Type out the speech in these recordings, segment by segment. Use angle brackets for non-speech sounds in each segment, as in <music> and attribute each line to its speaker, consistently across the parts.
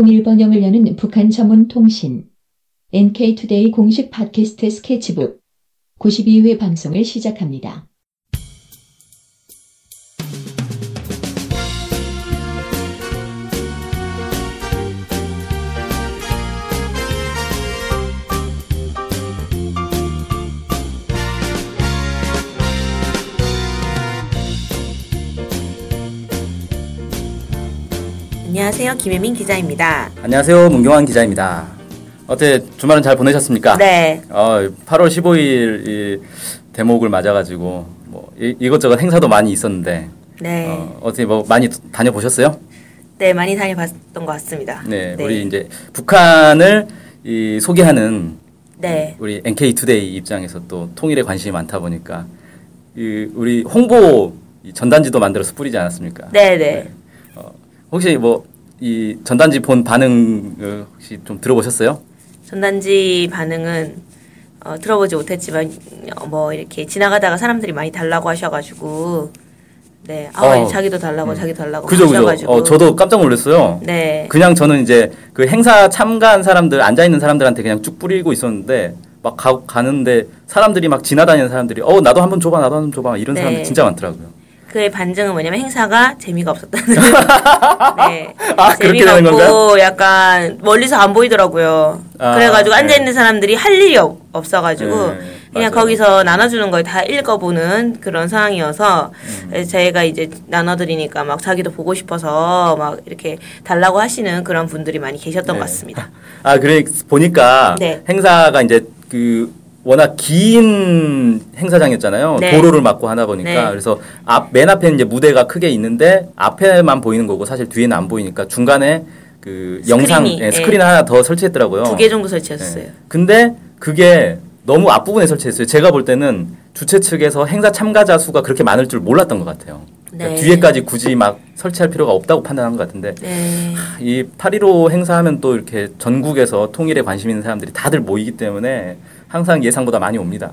Speaker 1: 통일번영을 여는 북한 전문 통신 NK투데이 공식 팟캐스트 스케치북 92회 방송을 시작합니다.
Speaker 2: 안녕하세요. 김혜민 기자입니다.
Speaker 3: 안녕하세요. 문경환 기자입니다. 어때 주말은 잘 보내셨습니까?
Speaker 2: 네.
Speaker 3: 어, 8월 15일 이 대목을 맞아가지고 뭐 이, 것저것 행사도 많이 있었는데
Speaker 2: 네.
Speaker 3: 어, 어떻게 뭐 많이 다녀보셨어요?
Speaker 2: 네, 많이 다녀봤던 것 같습니다.
Speaker 3: 네, 우리 이제 북한을 이 소개하는
Speaker 2: 네.
Speaker 3: 우리 NK 투데이 입장에서 또 통일에 관심이 많다 보니까 이 우리 홍보 이 전단지도 만들어서 뿌리지 않았습니까?
Speaker 2: 네, 네.
Speaker 3: 혹시 뭐 이 전단지 본 반응 어, 혹시 좀 들어보셨어요?
Speaker 2: 전단지 반응은 어, 들어보지 못했지만 어, 뭐 이렇게 지나가다가 사람들이 많이 달라고 하셔가지고 네, 아
Speaker 3: 어.
Speaker 2: 자기도 달라고 자기도 달라고
Speaker 3: 그죠, 그죠.
Speaker 2: 하셔가지고
Speaker 3: 어, 저도 깜짝 놀랐어요.
Speaker 2: 네,
Speaker 3: 그냥 저는 이제 그 행사 참가한 사람들 앉아 있는 사람들한테 그냥 쭉 뿌리고 있었는데 막 가, 가는데 사람들이 막 지나다니는 사람들이 어 나도 한번 줘봐 나도 한번 줘봐 이런
Speaker 2: 네.
Speaker 3: 사람들 진짜 많더라고요.
Speaker 2: 그의 반증은 뭐냐면 행사가 재미가 없었다는.
Speaker 3: <laughs>
Speaker 2: 네,
Speaker 3: 아, 그렇게
Speaker 2: 재미가
Speaker 3: 되는
Speaker 2: 없고
Speaker 3: 건가요?
Speaker 2: 약간 멀리서 안 보이더라고요.
Speaker 3: 아,
Speaker 2: 그래가지고
Speaker 3: 네.
Speaker 2: 앉아 있는 사람들이 할 일이 없, 없어가지고
Speaker 3: 네,
Speaker 2: 그냥
Speaker 3: 맞아요.
Speaker 2: 거기서 나눠주는 걸 다 읽어보는 그런 상황이어서
Speaker 3: 음.
Speaker 2: 저희가 이제 나눠드리니까 막 자기도 보고 싶어서 막 이렇게 달라고 하시는 그런 분들이 많이 계셨던
Speaker 3: 네.
Speaker 2: 것 같습니다.
Speaker 3: 아 그래 보니까
Speaker 2: 네.
Speaker 3: 행사가 이제 그 워낙 긴 행사장이었잖아요.
Speaker 2: 네.
Speaker 3: 도로를 막고 하나 보니까
Speaker 2: 네.
Speaker 3: 그래서 앞 맨 앞에 이제 무대가 크게 있는데 앞에만 보이는 거고 사실 뒤에는 안 보이니까 중간에 그 영상
Speaker 2: 스크린이,
Speaker 3: 예,
Speaker 2: 예.
Speaker 3: 스크린 하나 더 설치했더라고요.
Speaker 2: 두 개 정도
Speaker 3: 네.
Speaker 2: 설치했어요.
Speaker 3: 근데 그게 너무 앞부분에 설치했어요. 제가 볼 때는 주최 측에서 행사 참가자 수가 그렇게 많을 줄 몰랐던 것 같아요. 그러니까
Speaker 2: 네.
Speaker 3: 뒤에까지 굳이 막 설치할 필요가 없다고 판단한 것 같은데
Speaker 2: 네.
Speaker 3: 이 8.15 행사하면 또 이렇게 전국에서 통일에 관심 있는 사람들이 다들 모이기 때문에 항상 예상보다 많이 옵니다.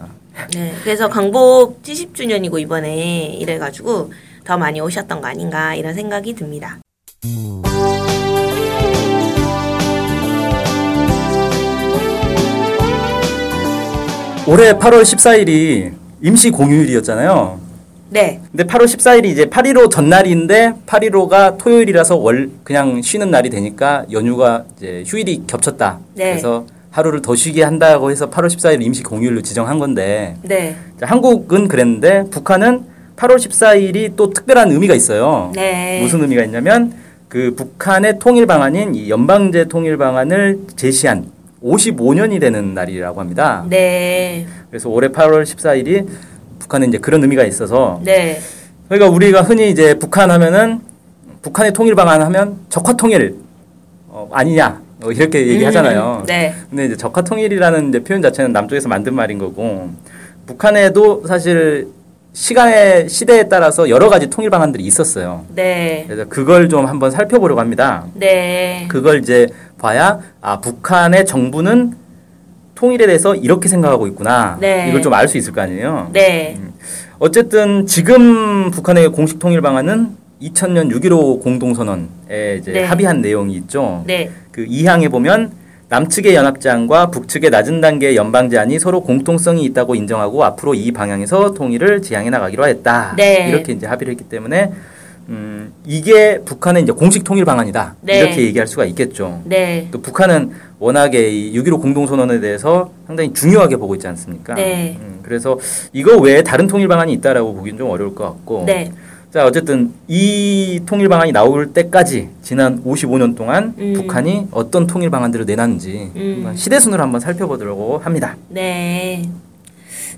Speaker 2: 네, 그래서 광복 70주년이고 이번에 이래가지고 더 많이 오셨던 거 아닌가 이런 생각이 듭니다.
Speaker 3: 올해 8월 14일이 임시 공휴일이었잖아요.
Speaker 2: 네,
Speaker 3: 근데 8월 14일이 이제 8.15 전날인데 8.15가 토요일이라서 월 그냥 쉬는 날이 되니까 연휴가 이제 휴일이 겹쳤다.
Speaker 2: 네.
Speaker 3: 그래서 하루를 더 쉬게 한다고 해서 8월 14일 임시 공휴일로 지정한 건데
Speaker 2: 네,
Speaker 3: 이제 한국은 그랬는데 북한은 8월 14일이 또 특별한 의미가 있어요.
Speaker 2: 네.
Speaker 3: 무슨 의미가 있냐면 그 북한의 통일 방안인 이 연방제 통일 방안을 제시한 55년이 되는 날이라고 합니다.
Speaker 2: 네,
Speaker 3: 그래서 올해 8월 14일이 북한은 이제 그런 의미가 있어서
Speaker 2: 네,
Speaker 3: 그러니까 우리가 흔히 이제 북한 하면은 북한의 통일 방안 하면 적화 통일 어, 아니냐 어, 이렇게 얘기하잖아요.
Speaker 2: 음, 네,
Speaker 3: 근데 이제 적화 통일이라는 이제 표현 자체는 남쪽에서 만든 말인 거고 북한에도 사실 시간의 시대에 따라서 여러 가지 통일 방안들이 있었어요.
Speaker 2: 네,
Speaker 3: 그래서 그걸 좀 한번 살펴보려고 합니다.
Speaker 2: 네,
Speaker 3: 그걸 이제 봐야 아 북한의 정부는 통일에 대해서 이렇게 생각하고 있구나
Speaker 2: 네.
Speaker 3: 이걸 좀 알 수 있을 거 아니에요.
Speaker 2: 네,
Speaker 3: 어쨌든 지금 북한의 공식 통일 방안은 2000년 6.15 공동선언에 이제
Speaker 2: 네.
Speaker 3: 합의한 내용이 있죠.
Speaker 2: 네,
Speaker 3: 그 2항에 보면 남측의 연합제안과 북측의 낮은 단계의 연방제안이 서로 공통성이 있다고 인정하고 앞으로 이 방향에서 통일을 지향해 나가기로 했다.
Speaker 2: 네.
Speaker 3: 이렇게 이제 합의를 했기 때문에 음, 이게 북한의 이제 공식 통일 방안이다.
Speaker 2: 네.
Speaker 3: 이렇게 얘기할 수가 있겠죠.
Speaker 2: 네,
Speaker 3: 또 북한은 워낙에 이6.15 공동선언에 대해서 상당히 중요하게 보고 있지 않습니까?
Speaker 2: 네.
Speaker 3: 음, 그래서 이거 외에 다른 통일 방안이 있다라고 보기는 좀 어려울 것 같고.
Speaker 2: 네,
Speaker 3: 자 어쨌든 이 통일 방안이 나올 때까지 지난 55년 동안
Speaker 2: 음.
Speaker 3: 북한이 어떤 통일 방안들을 내놨는지
Speaker 2: 음.
Speaker 3: 한번 시대순으로 한번 살펴보려고 합니다.
Speaker 2: 네.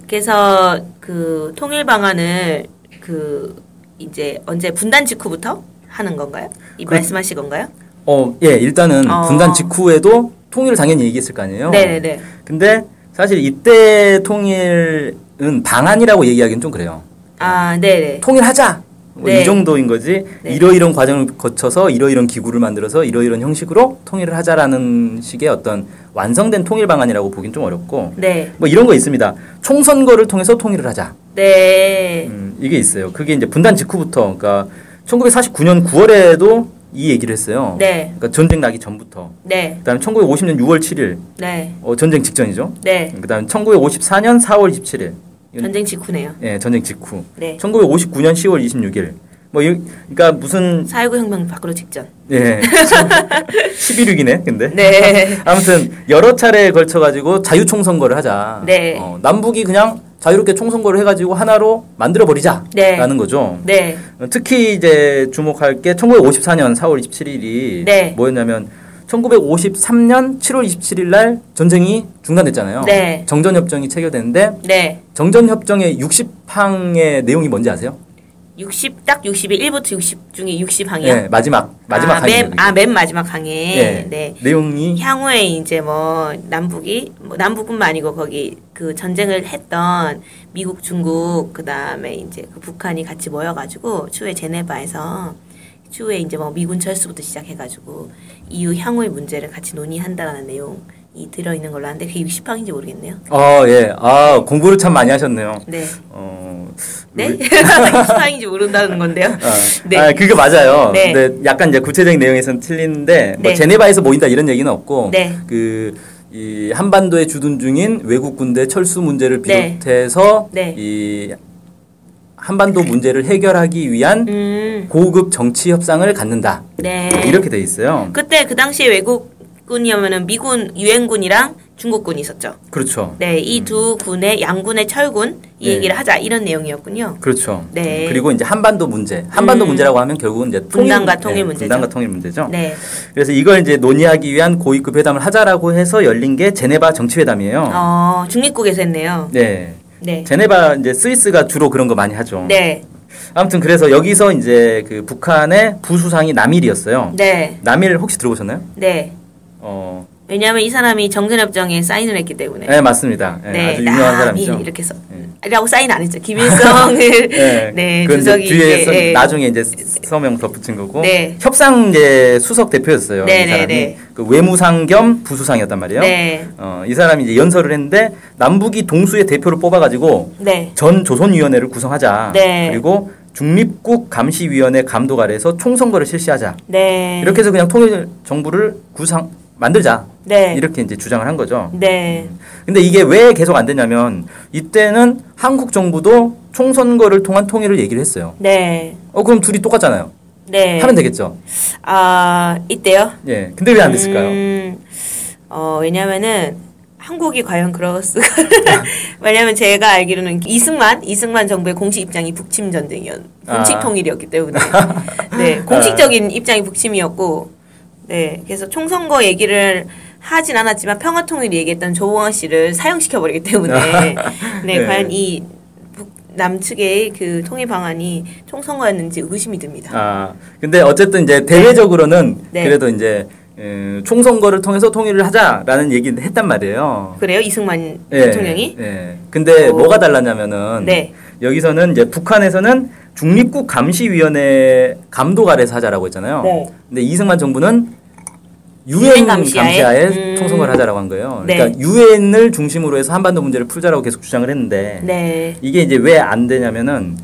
Speaker 2: 그래서 그 통일 방안을 그 이제 언제 분단 직후부터 하는 건가요? 이
Speaker 3: 그렇-
Speaker 2: 말씀하신 건가요?
Speaker 3: 어, 예, 일단은
Speaker 2: 어.
Speaker 3: 분단 직후에도 통일을 당연히 얘기했을 거 아니에요.
Speaker 2: 네, 네, 네,
Speaker 3: 근데 사실 이때 통일은 방안이라고 얘기하기는 좀 그래요.
Speaker 2: 아, 네, 네,
Speaker 3: 통일하자. 뭐
Speaker 2: 네.
Speaker 3: 이 정도인 거지.
Speaker 2: 네.
Speaker 3: 이러이런 과정을 거쳐서 이러이런 기구를 만들어서 이러이런 형식으로 통일을 하자라는 식의 어떤 완성된 통일 방안이라고 보긴 좀 어렵고
Speaker 2: 네,
Speaker 3: 뭐 이런 거 있습니다. 총선거를 통해서 통일을 하자.
Speaker 2: 네,
Speaker 3: 음, 이게 있어요. 그게 이제 분단 직후부터 그러니까 1949년 9월에도 이 얘기를 했어요.
Speaker 2: 네.
Speaker 3: 그러니까 전쟁 나기 전부터.
Speaker 2: 네.
Speaker 3: 그다음에 1950년 6월 7일
Speaker 2: 네.
Speaker 3: 어, 전쟁 직전이죠.
Speaker 2: 네.
Speaker 3: 그다음에 1954년 4월 27일.
Speaker 2: 전쟁 직후네요.
Speaker 3: 예, 전쟁 직후.
Speaker 2: 네.
Speaker 3: 1959년 10월 26일. 뭐 이- 그러니까 무슨
Speaker 2: 4.19 혁명 밖으로 직전.
Speaker 3: 예. 11위기네. 근데.
Speaker 2: 네. <laughs>
Speaker 3: 아무튼 여러 차례에 걸쳐 가지고 자유 총선거를 하자.
Speaker 2: 네.
Speaker 3: 어, 남북이 그냥 자유롭게 총선거를 해 가지고 하나로 만들어 버리자라는
Speaker 2: 네.
Speaker 3: 거죠.
Speaker 2: 네.
Speaker 3: 특히 이제 주목할 게 1954년 4월 27일이
Speaker 2: 네.
Speaker 3: 뭐였냐면 1953년 7월 27일 날 전쟁이 중단됐잖아요.
Speaker 2: 네.
Speaker 3: 정전협정이 체결되는데
Speaker 2: 네.
Speaker 3: 정전협정의 60항의 내용이 뭔지 아세요?
Speaker 2: 60, 딱 60이 1부터 60 중에 60 항이요.
Speaker 3: 네, 마지막 마지막
Speaker 2: 아,
Speaker 3: 항의
Speaker 2: 맨,
Speaker 3: 내용이.
Speaker 2: 아, 맨 마지막 항에.
Speaker 3: 예,
Speaker 2: 네.
Speaker 3: 내용이
Speaker 2: 향후에 이제 뭐 남북이 뭐 남북뿐만 아니고 거기 그 전쟁을 했던 미국, 중국 그다음에 이제 그 북한이 같이 모여 가지고 추후에 제네바에서 추후에 이제 뭐 미군 철수부터 시작해 가지고 이후 향후의 문제를 같이 논의한다라는 내용이 들어 있는 걸로 아는데 그게 60항인지 모르겠네요.
Speaker 3: 어, 예. 아, 공부를 참 많이 하셨네요.
Speaker 2: 네.
Speaker 3: 어.
Speaker 2: 네? <laughs> 60항인지 모른다는 건데요.
Speaker 3: 아,
Speaker 2: 네.
Speaker 3: 아, 그게 맞아요.
Speaker 2: 네.
Speaker 3: 근데 약간 이제 구체적인 내용에서는 틀리는데 뭐
Speaker 2: 네.
Speaker 3: 제네바에서 모인다 이런 얘기는 없고
Speaker 2: 네.
Speaker 3: 그 이 한반도에 주둔 중인 외국 군대 철수 문제를
Speaker 2: 네.
Speaker 3: 비롯해서
Speaker 2: 네.
Speaker 3: 이 한반도 문제를 해결하기 위한
Speaker 2: 음.
Speaker 3: 고급 정치 협상을 갖는다
Speaker 2: 네.
Speaker 3: 이렇게 돼 있어요.
Speaker 2: 그때 그 당시에 외국군이면은 미군 유엔군이랑 중국군이 있었죠.
Speaker 3: 그렇죠.
Speaker 2: 네, 이 두 군의 양군의 철군 이
Speaker 3: 네.
Speaker 2: 얘기를 하자 이런 내용이었군요.
Speaker 3: 그렇죠.
Speaker 2: 네.
Speaker 3: 그리고 이제 한반도 문제, 한반도
Speaker 2: 음.
Speaker 3: 문제라고 하면 결국은 이제 통일,
Speaker 2: 분단과 통일 문제죠.
Speaker 3: 분단과 통일 문제죠.
Speaker 2: 네,
Speaker 3: 그래서 이걸 이제 논의하기 위한 고위급 회담을 하자라고 해서 열린 게 제네바 정치회담이에요.
Speaker 2: 어, 중립국에서 했네요.
Speaker 3: 네.
Speaker 2: 네,
Speaker 3: 제네바 이제 스위스가 주로 그런 거 많이 하죠.
Speaker 2: 네,
Speaker 3: 아무튼 그래서 여기서 이제 그 북한의 부수상이 남일이었어요.
Speaker 2: 네,
Speaker 3: 남일 혹시 들어보셨나요?
Speaker 2: 네.
Speaker 3: 어,
Speaker 2: 왜냐하면 이 사람이 정전협정에 사인을 했기 때문에.
Speaker 3: 네, 맞습니다. 네, 아주
Speaker 2: 나-
Speaker 3: 유명한
Speaker 2: 미-
Speaker 3: 사람이죠. 네.
Speaker 2: 이렇게 써. 라고 사인 안 했죠.
Speaker 3: <laughs>
Speaker 2: 김일성을. <laughs> 네,
Speaker 3: 그건 이제
Speaker 2: 주석이
Speaker 3: 뒤에
Speaker 2: 이제,
Speaker 3: 서-
Speaker 2: 예.
Speaker 3: 나중에 이제 서명 덧붙인 거고
Speaker 2: 네.
Speaker 3: 협상계 수석 대표였어요.
Speaker 2: 네,
Speaker 3: 이
Speaker 2: 네,
Speaker 3: 사람이
Speaker 2: 네.
Speaker 3: 그 외무상 겸 부수상이었단 말이에요.
Speaker 2: 네,
Speaker 3: 어, 이 사람이 이제 연설을 했는데 남북이 동수의 대표를 뽑아가지고
Speaker 2: 네,
Speaker 3: 전 조선위원회를 구성하자.
Speaker 2: 네.
Speaker 3: 그리고 중립국 감시위원회 감독 아래에서 총선거를 실시하자.
Speaker 2: 네.
Speaker 3: 이렇게 해서 그냥 통일 정부를 구상 만들자.
Speaker 2: 네,
Speaker 3: 이렇게 이제 주장을 한 거죠.
Speaker 2: 네,
Speaker 3: 근데 이게 왜 계속 안 되냐면 이때는 한국 정부도 총선거를 통한 통일을 얘기를 했어요.
Speaker 2: 네,
Speaker 3: 어 그럼 둘이 똑같잖아요.
Speaker 2: 네.
Speaker 3: 하면 되겠죠.
Speaker 2: 아 이때요.
Speaker 3: 예. 근데 왜 안 됐을까요?
Speaker 2: 음, 어, 왜냐면은 한국이 과연 그럴 수가 <laughs> 왜냐면 제가 알기로는 이승만 이승만 정부의 공식 입장이 북침 전쟁이었 공식
Speaker 3: 아.
Speaker 2: 통일이었기
Speaker 3: <laughs>
Speaker 2: 때문에 네 공식적인 입장이 북침이었고 네 그래서 총선거 얘기를 하진 않았지만 평화 통일 얘기했던 조홍원 씨를 사형시켜 버리기
Speaker 3: <laughs>
Speaker 2: 때문에 네,
Speaker 3: 네.
Speaker 2: 과연 이 북- 남측의 그 통일 방안이 총선거였는지 의심이 듭니다.
Speaker 3: 아 근데 어쨌든 이제 대외적으로는
Speaker 2: 네.
Speaker 3: 그래도 이제 음, 총선거를 통해서 통일을 하자라는 얘기를 했단 말이에요.
Speaker 2: 그래요 이승만
Speaker 3: 예, 음.
Speaker 2: 대통령이?
Speaker 3: 예. 근데
Speaker 2: 어.
Speaker 3: 뭐가 달랐냐면은
Speaker 2: 네.
Speaker 3: 여기서는 이제 북한에서는 중립국 감시위원회 감독 아래서 하자라고 했잖아요.
Speaker 2: 네.
Speaker 3: 근데 이승만 정부는 유엔
Speaker 2: 유엔
Speaker 3: 감시하에,
Speaker 2: 감시하에? 음.
Speaker 3: 총선거를 하자라고 한 거예요.
Speaker 2: 네.
Speaker 3: 그러니까 유엔을 중심으로 해서 한반도 문제를 풀자라고 계속 주장을 했는데
Speaker 2: 네.
Speaker 3: 이게 이제 왜 안 되냐면은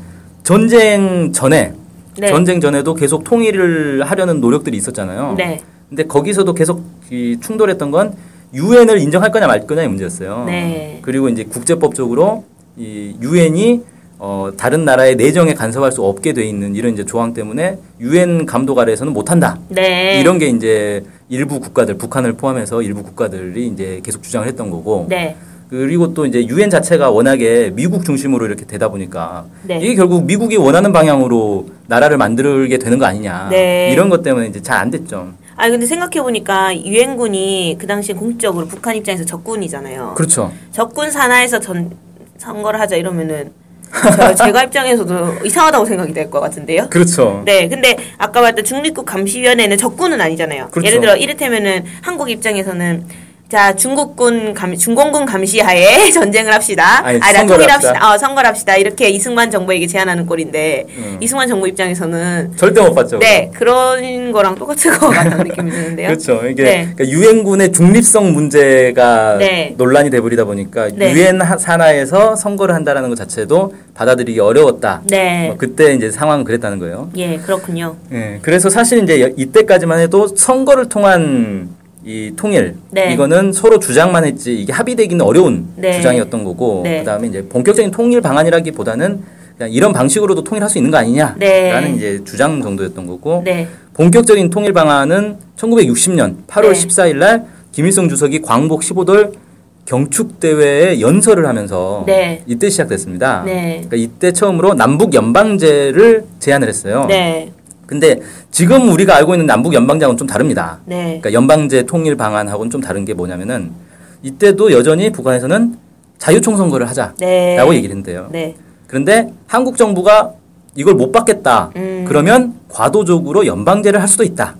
Speaker 3: 전쟁 전에
Speaker 2: 네.
Speaker 3: 전쟁 전에도 계속 통일을 하려는 노력들이 있었잖아요.
Speaker 2: 네.
Speaker 3: 근데 거기서도 계속 이 충돌했던 건 유엔을 인정할 거냐 말 거냐의 문제였어요.
Speaker 2: 네.
Speaker 3: 그리고 이제 국제법적으로 이 유엔이 어, 다른 나라의 내정에 간섭할 수 없게 돼 있는 이런 이제 조항 때문에 유엔 감독 아래에서는 못 한다.
Speaker 2: 네.
Speaker 3: 이런 게 이제 일부 국가들 북한을 포함해서 일부 국가들이 이제 계속 주장을 했던 거고
Speaker 2: 네.
Speaker 3: 그리고 또 이제 유엔 자체가 워낙에 미국 중심으로 이렇게 되다 보니까
Speaker 2: 네.
Speaker 3: 이게 결국 미국이 원하는 방향으로 나라를 만들게 되는 거 아니냐
Speaker 2: 네.
Speaker 3: 이런 것 때문에 이제 잘 안 됐죠.
Speaker 2: 아니 근데 생각해 보니까 유엔군이 그 당시 공식적으로 북한 입장에서 적군이잖아요.
Speaker 3: 그렇죠.
Speaker 2: 적군 산하에서 전 선거를 하자 이러면은
Speaker 3: <laughs>
Speaker 2: 저, 제가 입장에서도 이상하다고 생각이 될 것 같은데요.
Speaker 3: 그렇죠.
Speaker 2: 네, 근데 아까 말했던 중립국 감시위원회는 적군은 아니잖아요.
Speaker 3: 그렇죠.
Speaker 2: 예를 들어 이를테면은 한국 입장에서는 자, 중국군 감, 중공군 감시하에 <laughs> 전쟁을 합시다.
Speaker 3: 아니,
Speaker 2: 아니라
Speaker 3: 선거를
Speaker 2: 통일합시다.
Speaker 3: 합시다.
Speaker 2: 어, 선거를 합시다. 이렇게 이승만 정부에게 제안하는 꼴인데,
Speaker 3: 음.
Speaker 2: 이승만 정부 입장에서는,
Speaker 3: 절대 못 봤죠.
Speaker 2: 네, 그런 거랑 똑같은 것 같다는 느낌이 드는데요.
Speaker 3: 그렇죠. 이게
Speaker 2: 네.
Speaker 3: 그러니까 유엔군의 중립성 문제가
Speaker 2: 네.
Speaker 3: 논란이 돼버리다 보니까
Speaker 2: 네.
Speaker 3: 유엔 하- 산하에서 선거를 한다라는 것 자체도 받아들이기 어려웠다.
Speaker 2: 네.
Speaker 3: 뭐 그때 이제 상황은 그랬다는 거예요.
Speaker 2: 예, 그렇군요.
Speaker 3: 예, 그래서 사실 이제 여- 이때까지만 해도 선거를 통한 이 통일
Speaker 2: 네.
Speaker 3: 이거는 서로 주장만 했지 이게 합의되기는 어려운
Speaker 2: 네.
Speaker 3: 주장이었던 거고
Speaker 2: 네.
Speaker 3: 그다음에 이제 본격적인 통일 방안이라기보다는 그냥 이런 방식으로도 통일할 수 있는 거 아니냐라는
Speaker 2: 네.
Speaker 3: 이제 주장 정도였던 거고
Speaker 2: 네.
Speaker 3: 본격적인 통일 방안은 1960년
Speaker 2: 네.
Speaker 3: 8월 14일 날 김일성 주석이 광복 15돌 경축 대회에 연설을 하면서
Speaker 2: 네.
Speaker 3: 이때 시작됐습니다.
Speaker 2: 네.
Speaker 3: 그러니까 이때 처음으로 남북 연방제를 제안을 했어요.
Speaker 2: 네.
Speaker 3: 근데 지금 우리가 알고 있는 남북 연방제하고는 좀 다릅니다.
Speaker 2: 네.
Speaker 3: 그러니까 연방제 통일 방안하고는 좀 다른 게 뭐냐면은 이때도 여전히 북한에서는 자유총 선거를 하자라고
Speaker 2: 네.
Speaker 3: 얘기를 했는데요.
Speaker 2: 네.
Speaker 3: 그런데 한국 정부가 이걸 못 받겠다.
Speaker 2: 음.
Speaker 3: 그러면 과도적으로 연방제를 할 수도 있다라는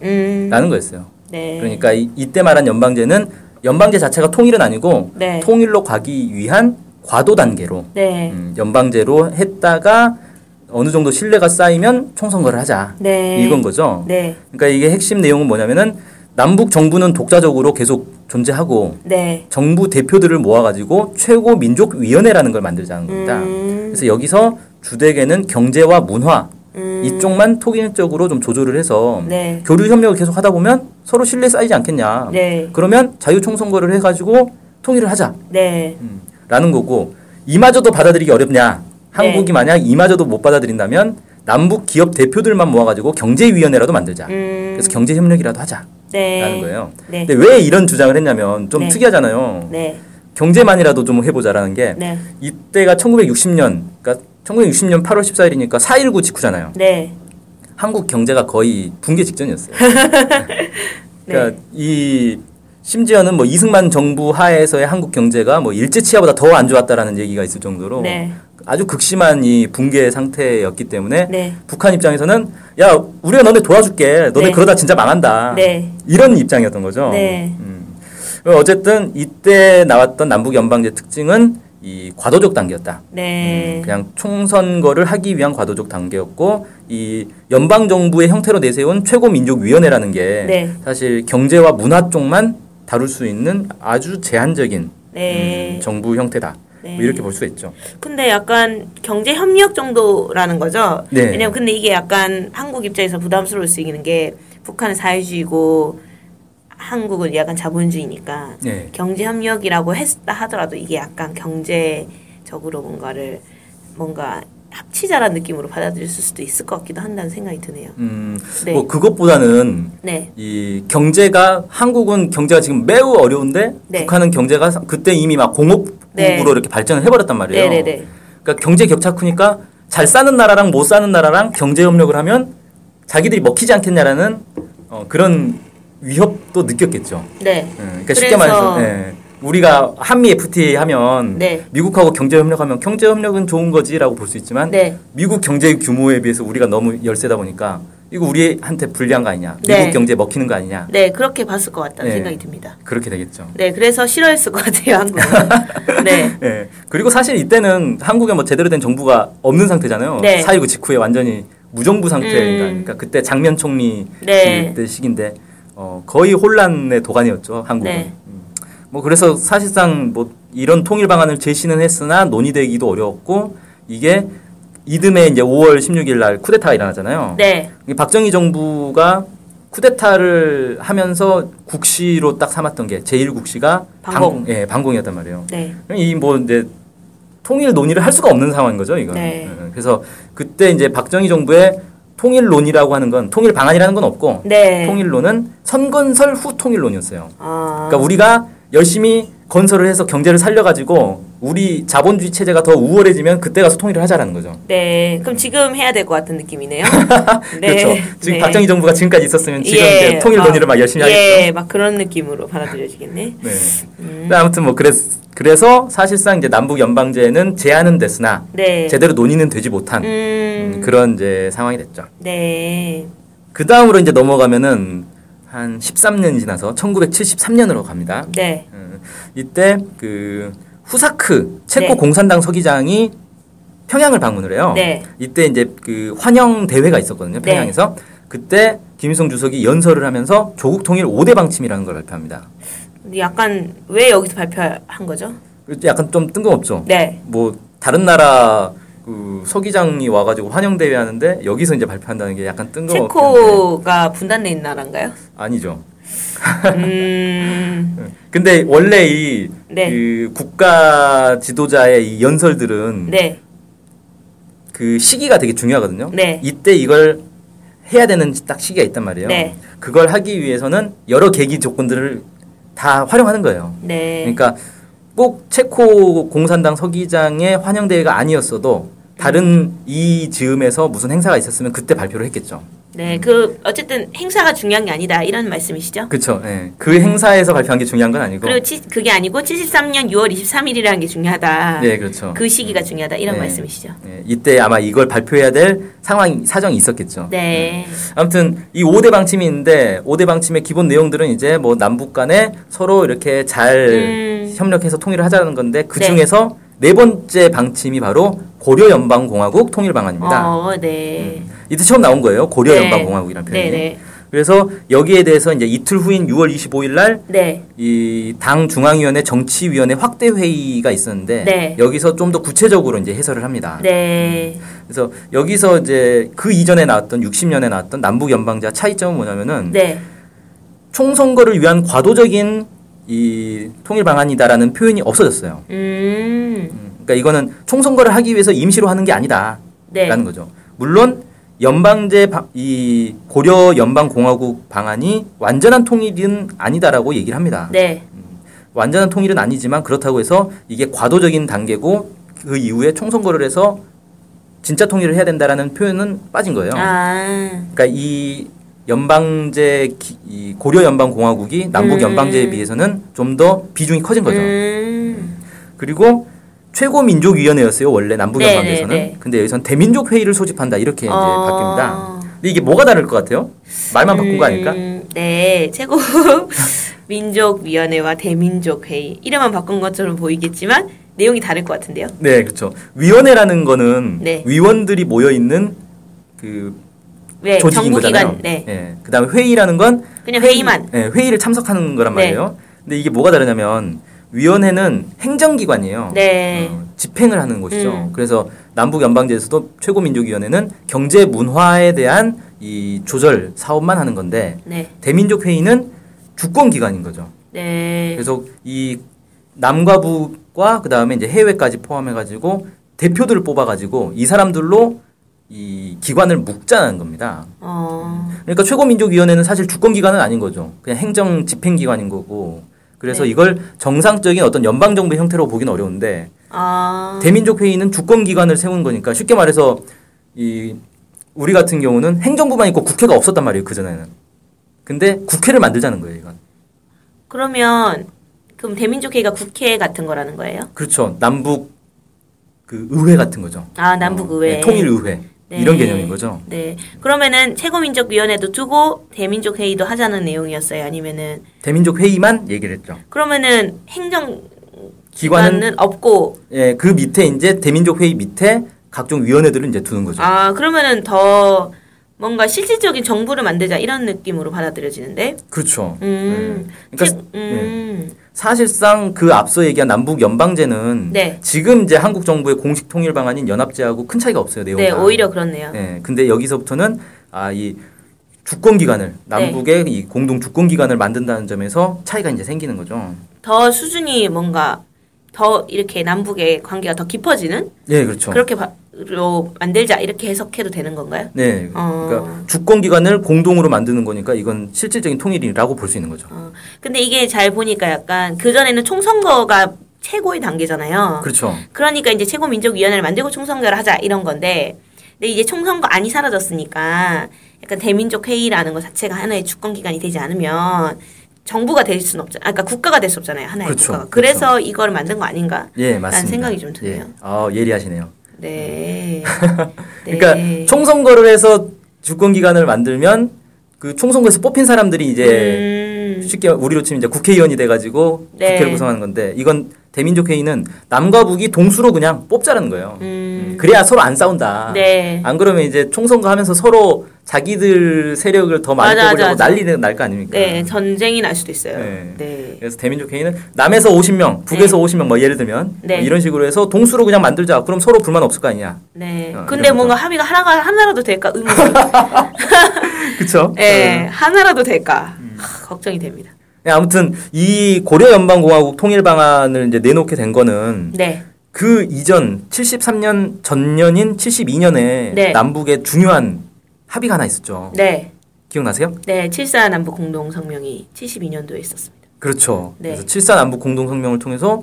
Speaker 2: 음.
Speaker 3: 거였어요.
Speaker 2: 네.
Speaker 3: 그러니까 이, 이때 말한 연방제는 연방제 자체가 통일은 아니고
Speaker 2: 네.
Speaker 3: 통일로 가기 위한 과도 단계로
Speaker 2: 네.
Speaker 3: 음, 연방제로 했다가 어느 정도 신뢰가 쌓이면 총선거를 하자.
Speaker 2: 네.
Speaker 3: 이건 거죠.
Speaker 2: 네.
Speaker 3: 그러니까 이게 핵심 내용은 뭐냐면은 남북 정부는 독자적으로 계속 존재하고
Speaker 2: 네.
Speaker 3: 정부 대표들을 모아가지고 최고 민족 위원회라는 걸 만들자는 겁니다.
Speaker 2: 음.
Speaker 3: 그래서 여기서 주되게는 경제와 문화
Speaker 2: 음.
Speaker 3: 이쪽만 통일적으로 좀 조절을 해서
Speaker 2: 네.
Speaker 3: 교류 협력을 계속 하다 보면 서로 신뢰 쌓이지 않겠냐.
Speaker 2: 네.
Speaker 3: 그러면 자유총선거를 해가지고 통일을
Speaker 2: 네.
Speaker 3: 음. 하자라는 거고 이마저도 받아들이기 어렵냐. 한국이
Speaker 2: 네.
Speaker 3: 만약 이마저도 못 받아들인다면 남북 기업 대표들만 모아가지고 경제위원회라도 만들자.
Speaker 2: 음.
Speaker 3: 그래서 경제 협력이라도 하자.
Speaker 2: 네.
Speaker 3: 라는 거예요.
Speaker 2: 네.
Speaker 3: 근데 왜 이런 주장을 했냐면 좀
Speaker 2: 네.
Speaker 3: 특이하잖아요.
Speaker 2: 네.
Speaker 3: 경제만이라도 좀 해보자라는 게
Speaker 2: 네.
Speaker 3: 이때가 1960년, 그러니까 1960년 8월 14일이니까 4.19 직후잖아요.
Speaker 2: 네.
Speaker 3: 한국 경제가 거의 붕괴 직전이었어요.
Speaker 2: 네,
Speaker 3: 그러니까 이 심지어는 뭐 이승만 정부 하에서의 한국 경제가 뭐 일제 치하보다 더 안 좋았다라는 얘기가 있을 정도로
Speaker 2: 네.
Speaker 3: 아주 극심한 이 붕괴 상태였기 때문에
Speaker 2: 네.
Speaker 3: 북한 입장에서는 야 우리가 너네 도와줄게 너네
Speaker 2: 네.
Speaker 3: 그러다 진짜 망한다
Speaker 2: 네.
Speaker 3: 이런 입장이었던 거죠.
Speaker 2: 네.
Speaker 3: 음. 어쨌든 이때 나왔던 남북 연방제 특징은 이 과도적 단계였다.
Speaker 2: 네.
Speaker 3: 그냥 총선거를 하기 위한 과도적 단계였고 이 연방 정부의 형태로 내세운 최고 민족 위원회라는 게
Speaker 2: 네.
Speaker 3: 사실 경제와 문화 쪽만 다룰 수 있는 아주 제한적인
Speaker 2: 네.
Speaker 3: 음, 정부 형태다.
Speaker 2: 네.
Speaker 3: 뭐 이렇게 볼 수가 있죠.
Speaker 2: 근데 약간 경제 협력 정도라는 거죠.
Speaker 3: 네.
Speaker 2: 왜냐면 근데 이게 약간 한국 입장에서 부담스러울 수 있는 게 북한은 사회주의고 한국은 약간 자본주의니까
Speaker 3: 네.
Speaker 2: 경제 협력이라고 했다 하더라도 이게 약간 경제적으로 뭔가를 뭔가 합치자라는 느낌으로 받아들일 수도 있을 것 같기도 한다는 생각이 드네요.
Speaker 3: 음,
Speaker 2: 네.
Speaker 3: 뭐 그것보다는
Speaker 2: 네.
Speaker 3: 이 경제가 한국은 경제가 지금 매우 어려운데
Speaker 2: 네.
Speaker 3: 북한은 경제가 사- 그때 이미 막 공업국으로
Speaker 2: 네.
Speaker 3: 이렇게 발전을 해버렸단 말이에요.
Speaker 2: 네네네.
Speaker 3: 그러니까 경제 격차 크니까 잘 사는 나라랑 못 사는 나라랑 경제 협력을 하면 자기들이 먹히지 않겠냐라는 어, 그런 위협도 느꼈겠죠.
Speaker 2: 네.
Speaker 3: 예, 그러니까 쉽게
Speaker 2: 그래서-
Speaker 3: 말해서 예, 우리가 한미 FTA 하면
Speaker 2: 네.
Speaker 3: 미국하고 경제 협력하면 경제 협력은 좋은 거지라고 볼 수 있지만
Speaker 2: 네.
Speaker 3: 미국 경제 규모에 비해서 우리가 너무 열세다 보니까 이거 우리한테 불리한 거 아니냐? 미국
Speaker 2: 네.
Speaker 3: 경제 먹히는 거 아니냐?
Speaker 2: 네, 그렇게 봤을 것 같다는
Speaker 3: 네.
Speaker 2: 생각이 듭니다.
Speaker 3: 그렇게 되겠죠.
Speaker 2: 네, 그래서 싫어했을 것 같아요,
Speaker 3: <laughs>
Speaker 2: 한국은. 네.
Speaker 3: 예. 그리고 사실 이때는 한국에 뭐 제대로 된 정부가 없는 상태잖아요.
Speaker 2: 네.
Speaker 3: 4.19 직후에 완전히 무정부 상태니까.
Speaker 2: 음.
Speaker 3: 그러니까 그때 장면 총리
Speaker 2: 네.
Speaker 3: 때 시기인데 어, 거의 혼란의 도가니였죠, 한국은.
Speaker 2: 네.
Speaker 3: 음. 뭐 그래서 사실상 뭐 이런 통일 방안을 제시는 했으나 논의되기도 어려웠고 이게 이듬해 이제 5월 16일 날 쿠데타가 일어나잖아요.
Speaker 2: 네.
Speaker 3: 이 박정희 정부가 쿠데타를 하면서 국시로 딱 삼았던 게 제1국시가
Speaker 2: 방공.
Speaker 3: 예, 방공이었단 말이에요.
Speaker 2: 네.
Speaker 3: 이 뭐 이제 통일 논의를 할 수가 없는 상황인 거죠, 이거.
Speaker 2: 네.
Speaker 3: 그래서 그때 이제 박정희 정부의 통일론이라고 하는 건 통일 방안이라는 건 없고
Speaker 2: 네.
Speaker 3: 통일론은 선건설 후 통일론이었어요.
Speaker 2: 아.
Speaker 3: 그러니까 우리가 열심히 건설을 해서 경제를 살려가지고 우리 자본주의 체제가 더 우월해지면 그때 가서 통일을 하자라는 거죠.
Speaker 2: 네. 그럼 지금 해야 될 것 같은
Speaker 3: <laughs>
Speaker 2: 느낌이네요.
Speaker 3: 그렇죠.
Speaker 2: 네.
Speaker 3: 지금 박정희 정부가 지금까지 있었으면 지금
Speaker 2: 예,
Speaker 3: 이제 통일
Speaker 2: 막-
Speaker 3: 논의를 막 열심히 하겠죠.
Speaker 2: 예, 음. 막 그런 느낌으로 받아들여지겠네.
Speaker 3: 네. 근데 아무튼 뭐 그랬, 그래서 사실상 이제 남북 연방제는 제안은 됐으나
Speaker 2: 네.
Speaker 3: 제대로 논의는 되지 못한
Speaker 2: 음.
Speaker 3: 음, 그런 이제 상황이 됐죠.
Speaker 2: 네.
Speaker 3: 그 다음으로 이제 넘어가면은 한 13년이 지나서 1973년으로 갑니다.
Speaker 2: 네.
Speaker 3: 음, 이때 그 후사크 체코
Speaker 2: 네.
Speaker 3: 공산당 서기장이 평양을 방문을 해요.
Speaker 2: 네.
Speaker 3: 이때 이제 그 환영 대회가 있었거든요.
Speaker 2: 네.
Speaker 3: 평양에서. 그때 김일성 주석이 연설을 하면서 조국 통일 5대 방침이라는 걸 발표합니다.
Speaker 2: 근데 약간 왜 여기서 발표한 거죠?
Speaker 3: 약간 좀 뜬금없죠.
Speaker 2: 네.
Speaker 3: 뭐 다른 나라 그 서기장이 와가지고 환영 대회 하는데 여기서 이제 발표한다는 게 약간 뜬금없는데
Speaker 2: 체코가 분단된 나라인가요?
Speaker 3: 아니죠. <laughs>
Speaker 2: 음,
Speaker 3: 근데 원래 이
Speaker 2: 네.
Speaker 3: 그 국가 지도자의 이 연설들은
Speaker 2: 네,
Speaker 3: 그 시기가 되게 중요하거든요.
Speaker 2: 네.
Speaker 3: 이때 이걸 해야 되는 딱 시기가 있단 말이에요.
Speaker 2: 네.
Speaker 3: 그걸 하기 위해서는 여러 계기 조건들을 다 활용하는 거예요.
Speaker 2: 네,
Speaker 3: 그러니까 꼭 체코 공산당 서기장의 환영 대회가 아니었어도 다른 이 즈음에서 무슨 행사가 있었으면 그때 발표를 했겠죠.
Speaker 2: 네. 그 어쨌든 행사가 중요한 게 아니다 이런 말씀이시죠?
Speaker 3: 그렇죠. 예. 그 행사에서 발표한 게 중요한 건 아니고.
Speaker 2: 그리고 치, 그게 아니고 73년 6월 23일이라는 게 중요하다.
Speaker 3: 네, 그렇죠.
Speaker 2: 그 시기가 중요하다 이런
Speaker 3: 네.
Speaker 2: 말씀이시죠?
Speaker 3: 예, 이때 아마 이걸 발표해야 될 상황 사정이 있었겠죠.
Speaker 2: 네,
Speaker 3: 아무튼 이 5대 방침이 있는데 5대 방침의 기본 내용들은 이제 뭐 남북 간에 서로 이렇게 잘
Speaker 2: 음.
Speaker 3: 협력해서 통일을 하자는 건데 그
Speaker 2: 네.
Speaker 3: 중에서 네 번째 방침이 바로 고려 연방 공화국 통일 방안입니다.
Speaker 2: 어, 네,
Speaker 3: 이때 처음 나온 거예요. 고려
Speaker 2: 네.
Speaker 3: 연방 공화국이라는
Speaker 2: 네,
Speaker 3: 표현이.
Speaker 2: 네,
Speaker 3: 그래서 여기에 대해서 이제 이틀 후인 6월 25일 날
Speaker 2: 네,
Speaker 3: 이 당 중앙위원회 정치위원회 확대 회의가 있었는데
Speaker 2: 네.
Speaker 3: 여기서 좀 더 구체적으로 이제 해설을 합니다.
Speaker 2: 네,
Speaker 3: 그래서 여기서 이제 그 이전에 나왔던 60년에 나왔던 남북 연방자 차이점은 뭐냐면은
Speaker 2: 네,
Speaker 3: 총선거를 위한 과도적인 이 통일 방안이다라는 표현이 없어졌어요.
Speaker 2: 음,
Speaker 3: 그러니까 이거는 총선거를 하기 위해서 임시로 하는 게 아니다라는
Speaker 2: 네,
Speaker 3: 거죠. 물론 연방제 바- 이 고려 연방 공화국 방안이 완전한 통일은 아니다라고 얘기를 합니다.
Speaker 2: 네,
Speaker 3: 완전한 통일은 아니지만 그렇다고 해서 이게 과도적인 단계고 그 이후에 총선거를 해서 진짜 통일을 해야 된다라는 표현은 빠진 거예요.
Speaker 2: 아,
Speaker 3: 그러니까 이 연방제 기- 이 고려 연방 공화국이 남북
Speaker 2: 음.
Speaker 3: 연방제에 비해서는 좀 더 비중이 커진 거죠.
Speaker 2: 음,
Speaker 3: 그리고 최고 민족 위원회였어요. 원래 남북
Speaker 2: 네,
Speaker 3: 연방제에서는.
Speaker 2: 네, 네.
Speaker 3: 근데 여기선 대민족 회의를 소집한다. 이렇게 이제
Speaker 2: 어.
Speaker 3: 바뀝니다. 근데 이게 뭐가 다를 것 같아요? 말만 바꾼 거 아닐까?
Speaker 2: 음, 네, 최고 <laughs> 민족위원회와 대민족 회의 이름만 바꾼 것처럼 보이겠지만 내용이 다를 것 같은데요.
Speaker 3: 네, 그렇죠. 위원회라는 거는
Speaker 2: 네.
Speaker 3: 위원들이 모여 있는 그
Speaker 2: 왜
Speaker 3: 조직인
Speaker 2: 정부
Speaker 3: 거잖아요.
Speaker 2: 기관, 네,
Speaker 3: 예. 그다음에 회의라는 건
Speaker 2: 그냥 회의만,
Speaker 3: 예, 회의를 참석하는 거란
Speaker 2: 네.
Speaker 3: 말이에요. 근데 이게 뭐가 다르냐면 위원회는 행정기관이에요.
Speaker 2: 네,
Speaker 3: 어, 집행을 하는 곳이죠.
Speaker 2: 음.
Speaker 3: 그래서 남북 연방제에서도 최고민족위원회는 경제 문화에 대한 이 조절 사업만 하는 건데
Speaker 2: 네,
Speaker 3: 대민족 회의는 주권 기관인 거죠.
Speaker 2: 네,
Speaker 3: 그래서 이 남과 북과 그다음에 이제 해외까지 포함해 가지고 대표들을 뽑아 가지고 이 사람들로 이 기관을 묶자는 겁니다.
Speaker 2: 어,
Speaker 3: 그러니까 최고민족위원회는 사실 주권 기관은 아닌 거죠. 그냥 행정 집행 기관인 거고. 그래서
Speaker 2: 네.
Speaker 3: 이걸 정상적인 어떤 연방 정부 의 형태로 보긴 어려운데
Speaker 2: 아,
Speaker 3: 대민족 회의는 주권 기관을 세운 거니까 쉽게 말해서 이 우리 같은 경우는 행정부만 있고 국회가 없었단 말이에요 그 전에는. 근데 국회를 만들자는 거예요 이건.
Speaker 2: 그러면 그럼 대민족 회의가 국회 같은 거라는 거예요?
Speaker 3: 그렇죠 남북 그 의회 같은 거죠.
Speaker 2: 아, 남북
Speaker 3: 어,
Speaker 2: 의회,
Speaker 3: 네, 통일 의회
Speaker 2: 네.
Speaker 3: 이런 개념인 거죠.
Speaker 2: 네, 그러면은 최고민족위원회도 두고 대민족 회의도 하자는 내용이었어요. 아니면은
Speaker 3: 대민족 회의만 얘기를 했죠.
Speaker 2: 그러면은 행정
Speaker 3: 기관은
Speaker 2: 기관은 없고
Speaker 3: 예, 그 밑에 이제 대민족 회의 밑에 각종 위원회들을 이제 두는 거죠.
Speaker 2: 아, 그러면은 더 뭔가 실질적인 정부를 만들자 이런 느낌으로 받아들여지는데.
Speaker 3: 그렇죠.
Speaker 2: 음.
Speaker 3: 네. 그러니까
Speaker 2: 즉, 음.
Speaker 3: 사실상 그 앞서 얘기한 남북 연방제는
Speaker 2: 네.
Speaker 3: 지금 이제 한국 정부의 공식 통일 방안인 연합제하고 큰 차이가 없어요
Speaker 2: 네.
Speaker 3: 내용이.
Speaker 2: 오히려 그렇네요.
Speaker 3: 네, 근데 여기서부터는 아 이 주권 기관을
Speaker 2: 네.
Speaker 3: 남북의 이 공동 주권 기관을 만든다는 점에서 차이가 이제 생기는 거죠.
Speaker 2: 더 수준이 뭔가 더 이렇게 남북의 관계가 더 깊어지는
Speaker 3: 네, 그렇죠.
Speaker 2: 그렇게 바, 로 만들자 이렇게 해석해도 되는 건가요?
Speaker 3: 네,
Speaker 2: 어.
Speaker 3: 그러니까 주권 기관을 공동으로 만드는 거니까 이건 실질적인 통일이라고 볼 수 있는 거죠.
Speaker 2: 어. 근데 이게 잘 보니까 약간 그 전에는 총선거가 최고의 단계잖아요.
Speaker 3: 그렇죠.
Speaker 2: 그러니까 이제 최고민족위원회를 만들고 총선거를 하자 이런 건데 근데 이제 총선거 안이 사라졌으니까 약간 대민족 회의라는 것 자체가 하나의 주권 기관이 되지 않으면 정부가 될 수는 없잖아요. 아까 국가가 될 수 없잖아요. 하나의
Speaker 3: 그렇죠.
Speaker 2: 국가가. 그래서 이걸 만든 거 아닌가?
Speaker 3: 예, 맞습니다.
Speaker 2: 생각이 좀 드네요.
Speaker 3: 예. 아, 예리하시네요.
Speaker 2: 네. 네.
Speaker 3: <laughs> 그러니까 총선거를 해서 주권 기관을 만들면 그 총선거에서 뽑힌 사람들이 이제
Speaker 2: 음,
Speaker 3: 쉽게 우리로 치면 이제 국회의원이 돼가지고
Speaker 2: 네.
Speaker 3: 국회를 구성하는 건데 이건 대민족 회의는 남과 북이 동수로 그냥 뽑자라는 거예요.
Speaker 2: 음.
Speaker 3: 그래야 서로 안 싸운다.
Speaker 2: 네.
Speaker 3: 안 그러면 이제 총선거 하면서 서로 자기들 세력을 더 많이
Speaker 2: 맞아,
Speaker 3: 뽑으려고
Speaker 2: 맞아, 맞아.
Speaker 3: 난리 날 거 아닙니까?
Speaker 2: 네, 전쟁이 날 수도 있어요.
Speaker 3: 네.
Speaker 2: 네.
Speaker 3: 그래서 대민족 회의는 남에서 50명, 북에서 50명 뭐 예를 들면
Speaker 2: 네.
Speaker 3: 뭐 이런 식으로 해서 동수로 그냥 만들자. 그럼 서로 불만 없을 거 아니냐.
Speaker 2: 네.
Speaker 3: 어,
Speaker 2: 근데
Speaker 3: 이런
Speaker 2: 뭔가 합의가 하나가 하나라도 될까 의문.
Speaker 3: <laughs> 그렇죠?
Speaker 2: 네, 하나라도 될까
Speaker 3: 음.
Speaker 2: 하, 걱정이 됩니다.
Speaker 3: 네, 아무튼 이 고려 연방공화국 통일 방안을 이제 내놓게 된 거는
Speaker 2: 네,
Speaker 3: 그 이전 73년 전년인 72년에
Speaker 2: 네.
Speaker 3: 남북의 중요한 합의가 하나 있었죠.
Speaker 2: 네,
Speaker 3: 기억나세요?
Speaker 2: 네. 7사 남북 공동 성명이 72년도에 있었습니다.
Speaker 3: 그렇죠.
Speaker 2: 네.
Speaker 3: 그래서 7사 남북 공동 성명을 통해서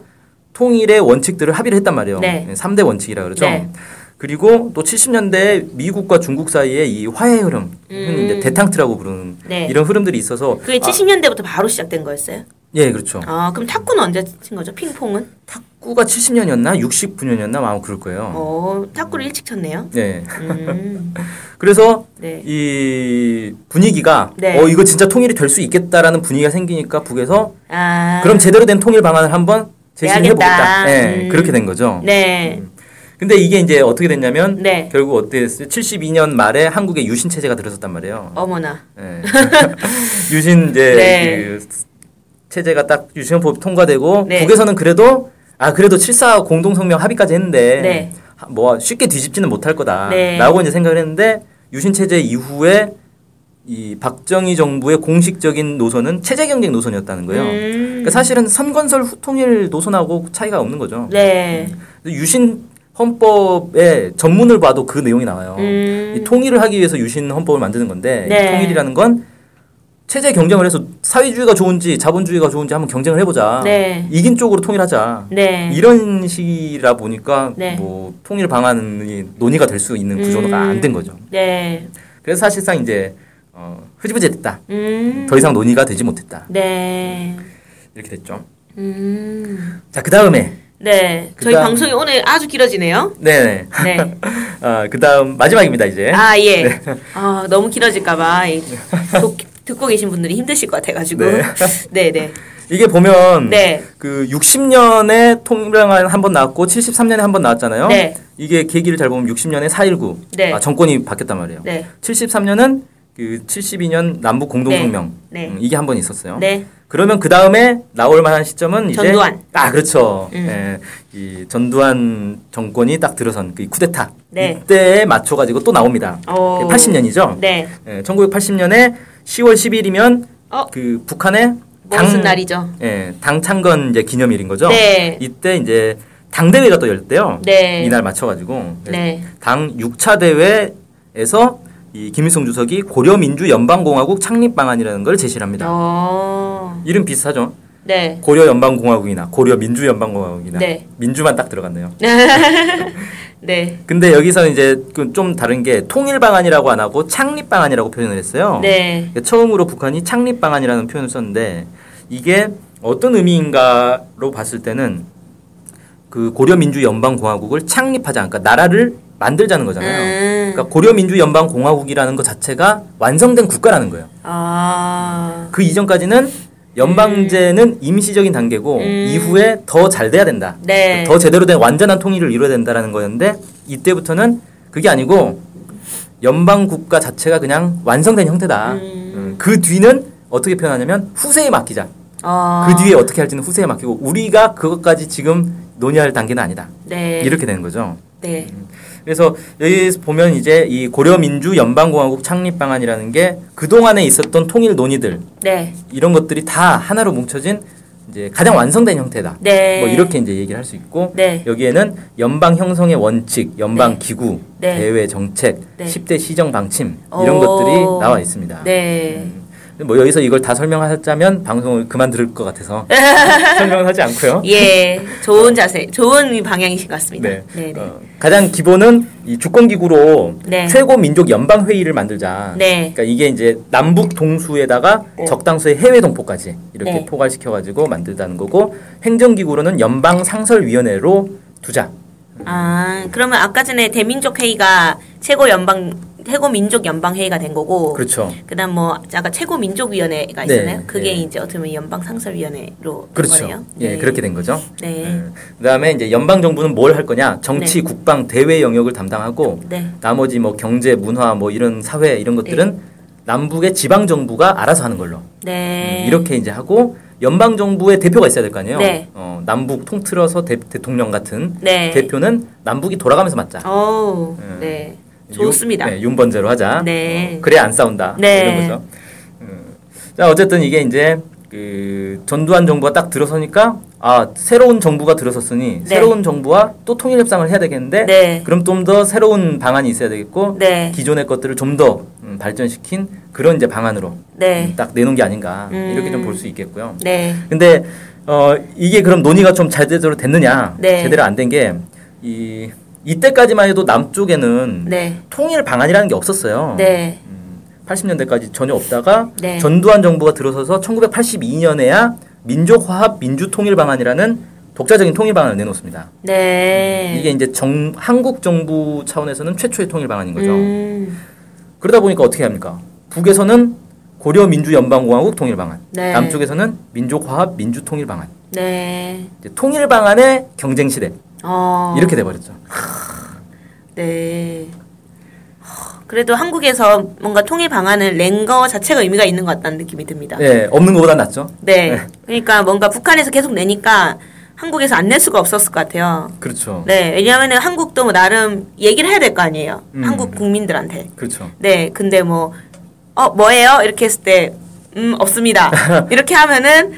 Speaker 3: 통일의 원칙들을 합의를 했단 말이에요.
Speaker 2: 네.
Speaker 3: 3대 원칙이라 그러죠.
Speaker 2: 네.
Speaker 3: 그리고 또 70년대 미국과 중국 사이에 이 화해 흐름, 흔히 이제
Speaker 2: 음.
Speaker 3: 대탕트라고 부르는
Speaker 2: 네.
Speaker 3: 이런 흐름들이 있어서
Speaker 2: 그게
Speaker 3: 아,
Speaker 2: 70년대부터 바로 시작된 거였어요.
Speaker 3: 예, 그렇죠.
Speaker 2: 아, 그럼 탁구는 언제 친 거죠? 핑퐁은?
Speaker 3: 탁구가 70년이었나 69년이었나 아마 그럴 거예요.
Speaker 2: 어, 탁구를 일찍 쳤네요.
Speaker 3: 네. <laughs>
Speaker 2: 음,
Speaker 3: 그래서
Speaker 2: 네,
Speaker 3: 이 분위기가
Speaker 2: 네.
Speaker 3: 어 이거 진짜 통일이 될 수 있겠다라는 분위기가 생기니까 북에서
Speaker 2: 아,
Speaker 3: 그럼 제대로 된 통일 방안을 한번 제시해 보겠다.
Speaker 2: 해야겠다.
Speaker 3: 예,
Speaker 2: 음.
Speaker 3: 그렇게 된 거죠.
Speaker 2: 네,
Speaker 3: 근데 이게 이제 어떻게 됐냐면
Speaker 2: 네.
Speaker 3: 결국 어떻게 됐어요? 72년 말에 한국에 유신 체제가 들어섰단 말이에요.
Speaker 2: 어머나,
Speaker 3: 예. 유신 이제
Speaker 2: 네.
Speaker 3: 그 체제가 딱 유신헌법 통과되고
Speaker 2: 네.
Speaker 3: 북에서는 그래도 아 그래도 74 공동성명 합의까지 했는데
Speaker 2: 네.
Speaker 3: 하- 뭐 쉽게 뒤집지는 못할
Speaker 2: 네.
Speaker 3: 거다라고 이제 생각을 했는데 유신 체제 이후에 이 박정희 정부의 공식적인 노선은 체제 경쟁 노선이었다는 거예요.
Speaker 2: 음,
Speaker 3: 그러니까 어. 사실은 선건설 후통일 노선하고 차이가 없는 거죠.
Speaker 2: 네,
Speaker 3: 유신 헌법의 전문을 봐도 그 내용이 나와요.
Speaker 2: 음.
Speaker 3: 이 통일을 하기 위해서 유신 헌법을 만드는 건데 이
Speaker 2: 네.
Speaker 3: 통일이라는 건 체제 경쟁을 해서 사회주의가 좋은지 자본주의가 좋은지 한번 경쟁을 해보자.
Speaker 2: 네.
Speaker 3: 이긴 쪽으로 통일하자.
Speaker 2: 네.
Speaker 3: 이런 식이라 보니까
Speaker 2: 네.
Speaker 3: 뭐 통일 방안이 논의가 될 수 있는 구조가
Speaker 2: 음.
Speaker 3: 안 된 거죠.
Speaker 2: 네.
Speaker 3: 그래서 사실상 이제 어, 흐지부지 됐다.
Speaker 2: 음.
Speaker 3: 더 이상 논의가 되지 못했다.
Speaker 2: 네.
Speaker 3: 이렇게 됐죠.
Speaker 2: 음.
Speaker 3: 자, 그 다음에
Speaker 2: 네. 저희
Speaker 3: 그다음-
Speaker 2: 방송이 오늘 아주 길어지네요.
Speaker 3: 네,
Speaker 2: 네.
Speaker 3: <laughs> 아, 그 다음 마지막입니다 이제.
Speaker 2: 아, 예.
Speaker 3: 네.
Speaker 2: 아, 너무 길어질까봐.
Speaker 3: <laughs>
Speaker 2: 이- 독- 듣고 계신 분들이 힘드실 것 같아가지고.
Speaker 3: 네.
Speaker 2: <laughs> 네, 네.
Speaker 3: 이게 보면
Speaker 2: 네.
Speaker 3: 그 60년에 통일방안 한번 나왔고 73년에 한 번 나왔잖아요.
Speaker 2: 네.
Speaker 3: 이게 계기를 잘 보면 60년에 4.19
Speaker 2: 네.
Speaker 3: 아, 정권이 바뀌었단 말이에요.
Speaker 2: 네.
Speaker 3: 73년은 그 72년 남북 공동성명
Speaker 2: 네. 네.
Speaker 3: 음, 이게 한 번 있었어요.
Speaker 2: 네.
Speaker 3: 그러면 그 다음에 나올 만한 시점은 이제
Speaker 2: 전두환.
Speaker 3: 아 그렇죠.
Speaker 2: 음.
Speaker 3: 예, 이 전두환 정권이 딱 들어선 그 쿠데타
Speaker 2: 네.
Speaker 3: 이때에 맞춰 가지고 또 나옵니다. 그
Speaker 2: 어.
Speaker 3: 80년이죠. 예,
Speaker 2: 네.
Speaker 3: 1980년에 10월 10일이면
Speaker 2: 어?
Speaker 3: 그 북한의
Speaker 2: 무슨 날이죠?
Speaker 3: 예, 당 창건 이제 기념일인 거죠.
Speaker 2: 네.
Speaker 3: 이때 이제 당 대회가 또 열대요.
Speaker 2: 네.
Speaker 3: 이날 맞춰가지고 그래서
Speaker 2: 네.
Speaker 3: 당 6차 대회에서 이 김일성 주석이 고려민주연방공화국 창립 방안이라는 걸 제시합니다.
Speaker 2: 어.
Speaker 3: 이름 비슷하죠.
Speaker 2: 네.
Speaker 3: 고려연방공화국이나 고려민주연방공화국이나
Speaker 2: 네.
Speaker 3: 민주만 딱 들어갔네요.
Speaker 2: <laughs> 네.
Speaker 3: 근데 여기서 이제 그좀 다른 게 통일 방안이라고 안 하고 창립 방안이라고 표현을 했어요.
Speaker 2: 네.
Speaker 3: 그러니까 처음으로 북한이 창립 방안이라는 표현을 썼는데 이게 어떤 의미인가로 봤을 때는 그 고려민주연방공화국을 창립하자, 그러니까 나라를 만들자는 거잖아요.
Speaker 2: 음.
Speaker 3: 그러니까 고려민주연방공화국이라는 것 자체가 완성된 국가라는 거예요.
Speaker 2: 아.
Speaker 3: 그 이전까지는 연방제는 임시적인 단계고
Speaker 2: 음.
Speaker 3: 이후에 더 잘 돼야 된다.
Speaker 2: 네.
Speaker 3: 더 제대로 된 완전한 통일을 이뤄야 된다라는 거였는데 이때부터는 그게 아니고 연방 국가 자체가 그냥 완성된 형태다.
Speaker 2: 음.
Speaker 3: 음, 그 뒤는 어떻게 표현하냐면 후세에 맡기자.
Speaker 2: 어.
Speaker 3: 그 뒤에 어떻게 할지는 후세에 맡기고 우리가 그것까지 지금 논의할 단계는 아니다.
Speaker 2: 네.
Speaker 3: 이렇게 되는 거죠.
Speaker 2: 네.
Speaker 3: 그래서 여기 보면 이제 이 고려민주 연방공화국 창립 방안이라는 게그 동안에 있었던 통일 논의들
Speaker 2: 네.
Speaker 3: 이런 것들이 다 하나로 뭉쳐진 이제 가장 완성된 형태다.
Speaker 2: 네.
Speaker 3: 뭐 이렇게 이제 얘기를 할 수 있고
Speaker 2: 네.
Speaker 3: 여기에는 연방 형성의 원칙, 연방
Speaker 2: 네.
Speaker 3: 기구,
Speaker 2: 네.
Speaker 3: 대외 정책,
Speaker 2: 네.
Speaker 3: 10대 시정 방침 이런
Speaker 2: 오.
Speaker 3: 것들이 나와 있습니다.
Speaker 2: 네.
Speaker 3: 뭐 여기서 이걸 다 설명하자면 방송을 그만 들을
Speaker 2: <laughs>
Speaker 3: 것 같아서 설명을 하지 않고요.
Speaker 2: 예, 좋은 자세, 좋은 방향이신 것 같습니다.
Speaker 3: 네.
Speaker 2: 네, 네, 네,
Speaker 3: 어, 가장 기본은 이 주권기구로
Speaker 2: 네.
Speaker 3: 최고 민족 연방 회의를 만들자.
Speaker 2: 네.
Speaker 3: 그러니까 이게 이제 남북 동수에다가
Speaker 2: 네.
Speaker 3: 적당수의 해외 동포까지 이렇게
Speaker 2: 네.
Speaker 3: 포괄시켜 가지고 만들다는 거고 행정기구로는 연방 상설위원회로 두자.
Speaker 2: 아, 그러면 아까 전에 대민족 회의가 최고 연방 최고 민족 연방 회의가 된 거고
Speaker 3: 그렇죠.
Speaker 2: 그다음 뭐 아까 최고 민족 위원회가
Speaker 3: 네,
Speaker 2: 있잖아요. 그게
Speaker 3: 예.
Speaker 2: 이제 어떻게 보면 연방 상설 위원회로 된
Speaker 3: 그렇죠.
Speaker 2: 거네요.
Speaker 3: 예, 그렇게 된 거죠.
Speaker 2: 네.
Speaker 3: 음, 그다음에 이제 연방 정부는 뭘 할 거냐? 정치, 국방, 대외 영역을 담당하고
Speaker 2: 네.
Speaker 3: 나머지 뭐 경제, 문화 뭐 이런 사회 이런 것들은 남북의 지방 정부가 알아서 하는 걸로
Speaker 2: 네.
Speaker 3: 음, 이렇게 이제 하고 연방 정부의 대표가 있어야 될 거 아니에요.
Speaker 2: 네.
Speaker 3: 어, 남북 통틀어서 대, 대통령 같은
Speaker 2: 네.
Speaker 3: 대표는 남북이 돌아가면서 맞자.
Speaker 2: 어우,
Speaker 3: 음.
Speaker 2: 네.
Speaker 3: 윤-
Speaker 2: 좋습니다.
Speaker 3: 네, 윤번제로 하자.
Speaker 2: 네.
Speaker 3: 어, 그래야 안 싸운다.
Speaker 2: 네.
Speaker 3: 이런 거죠. 음. 자, 어쨌든 이게 이제 그 전두환 정부가 딱 들어서니까 아, 새로운 정부가 들어섰으니
Speaker 2: 네.
Speaker 3: 새로운 정부와 또 통일 협상을 해야 되겠는데
Speaker 2: 네.
Speaker 3: 그럼 좀 더 새로운 방안이 있어야 되겠고
Speaker 2: 네.
Speaker 3: 기존의 것들을 좀 더 음, 발전시킨 그런 이제 방안으로
Speaker 2: 네.
Speaker 3: 음, 딱 내놓은 게 아닌가
Speaker 2: 음.
Speaker 3: 이렇게 좀 볼 수 있겠고요.
Speaker 2: 네.
Speaker 3: 근데 어 이게 그럼 논의가 좀 제대로 됐느냐?
Speaker 2: 네.
Speaker 3: 제대로 안 된 게 이 이때까지만 해도 남쪽에는
Speaker 2: 네.
Speaker 3: 통일 방안이라는 게 음. 없었어요.
Speaker 2: 네.
Speaker 3: 80년대까지 전혀 없다가
Speaker 2: 네.
Speaker 3: 전두환 정부가 들어서서 1982년에야 민족화합 민주통일 방안이라는 독자적인 통일 방안을 내놓습니다.
Speaker 2: 네.
Speaker 3: 이게 이제 정, 한국 정부 차원에서는 최초의 통일 방안인 거죠.
Speaker 2: 음.
Speaker 3: 그러다 보니까 어떻게 합니까? 북에서는 고려 민주 연방 공화국 통일 방안,
Speaker 2: 네.
Speaker 3: 남쪽에서는 민족화합 민주 통일 방안.
Speaker 2: 네.
Speaker 3: 이제 통일 방안의 경쟁 시대
Speaker 2: 어.
Speaker 3: 이렇게 돼 버렸죠.
Speaker 2: 네. 허, 그래도 한국에서 뭔가 통일 방안을 낸 거 자체가 의미가 있는 것 같다는 느낌이 듭니다. 네.
Speaker 3: 예, 없는 것보다 낫죠.
Speaker 2: 그러니까 뭔가 북한에서 계속 내니까 한국에서 안 낼 수가 없었을 것 같아요.
Speaker 3: 그렇죠.
Speaker 2: 네. 왜냐하면 한국도 뭐 나름 얘기를 해야 될 거 아니에요.
Speaker 3: 음.
Speaker 2: 한국 국민들한테.
Speaker 3: 그렇죠.
Speaker 2: 네, 근데 뭐, 어, 뭐예요? 이렇게 했을 때, 음,
Speaker 3: <laughs>
Speaker 2: 없습니다. 이렇게 하면은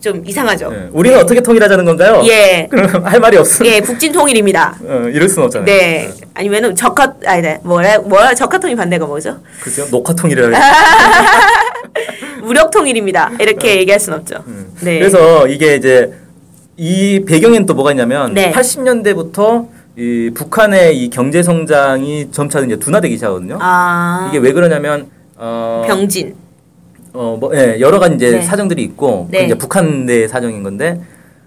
Speaker 2: 좀 이상하죠.
Speaker 3: 예, 우리는 어떻게 통일하자는 건가요?
Speaker 2: 예,
Speaker 3: 그럼 할 말이 없어.
Speaker 2: 예, 북진 통일입니다.
Speaker 3: 어, 이럴 수는 없잖아요.
Speaker 2: 네, 아니면은 적화, 아니, 네, 뭐래, 뭐야, 적화 통일 반대가 뭐죠?
Speaker 3: 글쎄요. 녹화
Speaker 2: 아,
Speaker 3: 통일이라고. 해요.
Speaker 2: 무력 통일입니다. 이렇게 얘기할 순 없죠. 네.
Speaker 3: 음. 그래서 이게 이제 이 배경엔 또 뭐가 있냐면
Speaker 2: 네.
Speaker 3: 80년대부터 이 북한의 이 경제 성장이 점차 이제 둔화되기 시작하거든요.
Speaker 2: 아,
Speaker 3: 이게 왜 그러냐면 어,
Speaker 2: 병진.
Speaker 3: 어, 뭐, 예, 여러 가지 이제
Speaker 2: 네.
Speaker 3: 사정들이 있고, 그건
Speaker 2: 네.
Speaker 3: 이제 북한 내 사정인 건데,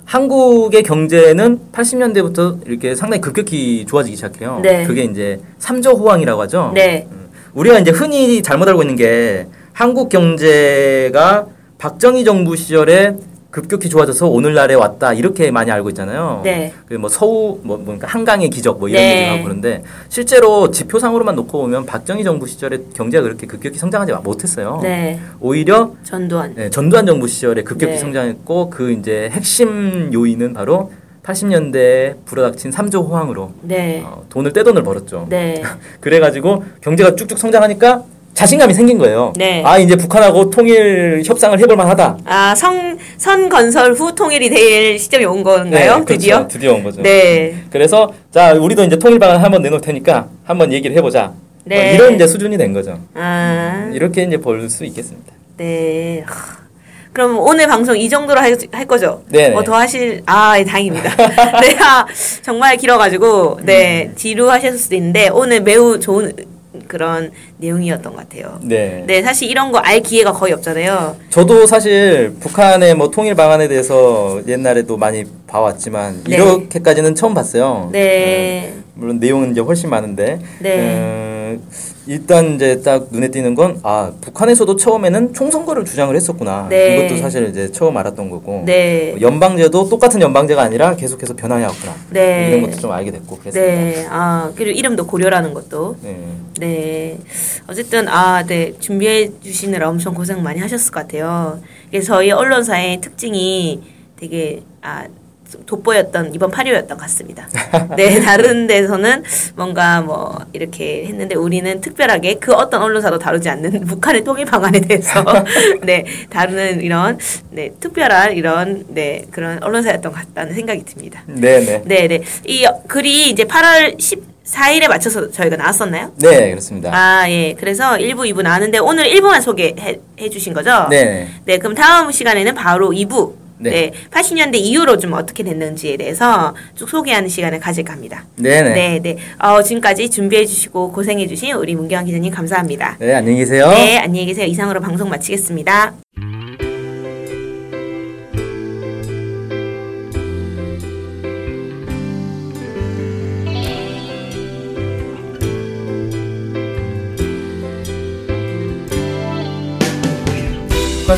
Speaker 3: 한국의 경제는 80년대부터 이렇게 상당히 급격히 좋아지기 시작해요.
Speaker 2: 네.
Speaker 3: 그게 이제 삼조 호황이라고 하죠.
Speaker 2: 네,
Speaker 3: 우리가 이제 흔히 잘못 알고 있는 게 한국 경제가 박정희 정부 시절에 급격히 좋아져서 오늘날에 왔다 이렇게 많이 알고 있잖아요.
Speaker 2: 네.
Speaker 3: 그뭐 서우 뭐 뭔가 한강의 기적 뭐 이런
Speaker 2: 네.
Speaker 3: 얘기를 하고 그러는데 실제로 지표상으로만 놓고 보면 박정희 정부 시절에 경제가 그렇게 급격히 성장하지 못했어요.
Speaker 2: 네,
Speaker 3: 오히려
Speaker 2: 전두환.
Speaker 3: 네, 전두환 정부 시절에 급격히
Speaker 2: 네.
Speaker 3: 성장했고 그 이제 핵심 요인은 바로 80년대에 불어닥친 3조 호황으로
Speaker 2: 네,
Speaker 3: 어, 돈을 떼돈을 벌었죠.
Speaker 2: 네,
Speaker 3: 그래가지고 경제가 쭉쭉 성장하니까 자신감이 생긴 거예요.
Speaker 2: 네.
Speaker 3: 아 이제 북한하고 통일 협상을 해볼 만하다.
Speaker 2: 아, 성, 선 건설 후 통일이 될 시점이 온 건가요?
Speaker 3: 그렇죠.
Speaker 2: 드디어?
Speaker 3: 드디어 온 거죠.
Speaker 2: 네,
Speaker 3: 그래서 자 우리도 이제 통일 방안 한번 내놓을 테니까 한번 얘기를 해보자.
Speaker 2: 네.
Speaker 3: 뭐 이런 이제 수준이 된 거죠.
Speaker 2: 아.
Speaker 3: 이렇게 이제 볼 수 있겠습니다.
Speaker 2: 네. 하, 그럼 오늘 방송 이 정도로 할, 할 거죠?
Speaker 3: 네네.
Speaker 2: 뭐 더 하실, 아, 예, 다행입니다. <laughs> 네, 아, 정말 길어가지고, 네,
Speaker 3: 음.
Speaker 2: 지루하셨을 수도 있는데, 오늘 매우 좋은 그런 내용이었던 것 같아요.
Speaker 3: 네.
Speaker 2: 네, 사실 이런 거 알 기회가 거의 없잖아요.
Speaker 3: 저도 사실 북한의 뭐 통일 방안에 대해서 옛날에도 많이 봐왔지만
Speaker 2: 네.
Speaker 3: 이렇게까지는 처음 봤어요.
Speaker 2: 네.
Speaker 3: 물론 내용은 이제 훨씬 많은데
Speaker 2: 네.
Speaker 3: 어, 일단 이제 딱 눈에 띄는 건 아 북한에서도 처음에는 총선거를 주장을 했었구나.
Speaker 2: 네.
Speaker 3: 이것도 사실 이제 처음 알았던 거고.
Speaker 2: 네.
Speaker 3: 연방제도 똑같은 연방제가 아니라 계속해서 변화해왔구나.
Speaker 2: 네.
Speaker 3: 뭐 이런 것도 좀 알게 됐고 그랬습니다.
Speaker 2: 네. 아, 그리고 이름도 고려라는 것도.
Speaker 3: 네.
Speaker 2: 네. 어쨌든, 아, 네. 준비해 주시느라 엄청 고생 많이 하셨을 것 같아요. 이게 저희 언론사의 특징이 되게, 아, 돋보였던 이번 8.15였던 것 같습니다. 네, 다른 데서는 뭔가 뭐 이렇게 했는데 우리는 특별하게 그 어떤 언론사도 다루지 않는 <laughs> 북한의 통일 방안에 대해서 네, 다루는 이런 네, 특별한 이런 네, 그런 언론사였던 것 같다는 생각이 듭니다.
Speaker 3: 네네.
Speaker 2: 네, 네. 이 글이 이제 8월 14일에 맞춰서 저희가 나왔었나요?
Speaker 3: 네 그렇습니다.
Speaker 2: 아, 예. 그래서 1부, 2부 나왔는데 오늘 1부만 소개해 해 주신 거죠?
Speaker 3: 네.
Speaker 2: 네, 그럼 다음 시간에는 바로 2부.
Speaker 3: 네.
Speaker 2: 네. 80년대 이후로 좀 어떻게 됐는지에 대해서 쭉 소개하는 시간을 가질까 합니다.
Speaker 3: 네네.
Speaker 2: 네, 네. 어, 지금까지 준비해 주시고 고생해 주신 우리 문경환 기자님 감사합니다.
Speaker 3: 네, 안녕히 계세요.
Speaker 2: 네, 안녕히 계세요. 이상으로 방송 마치겠습니다.
Speaker 4: 북한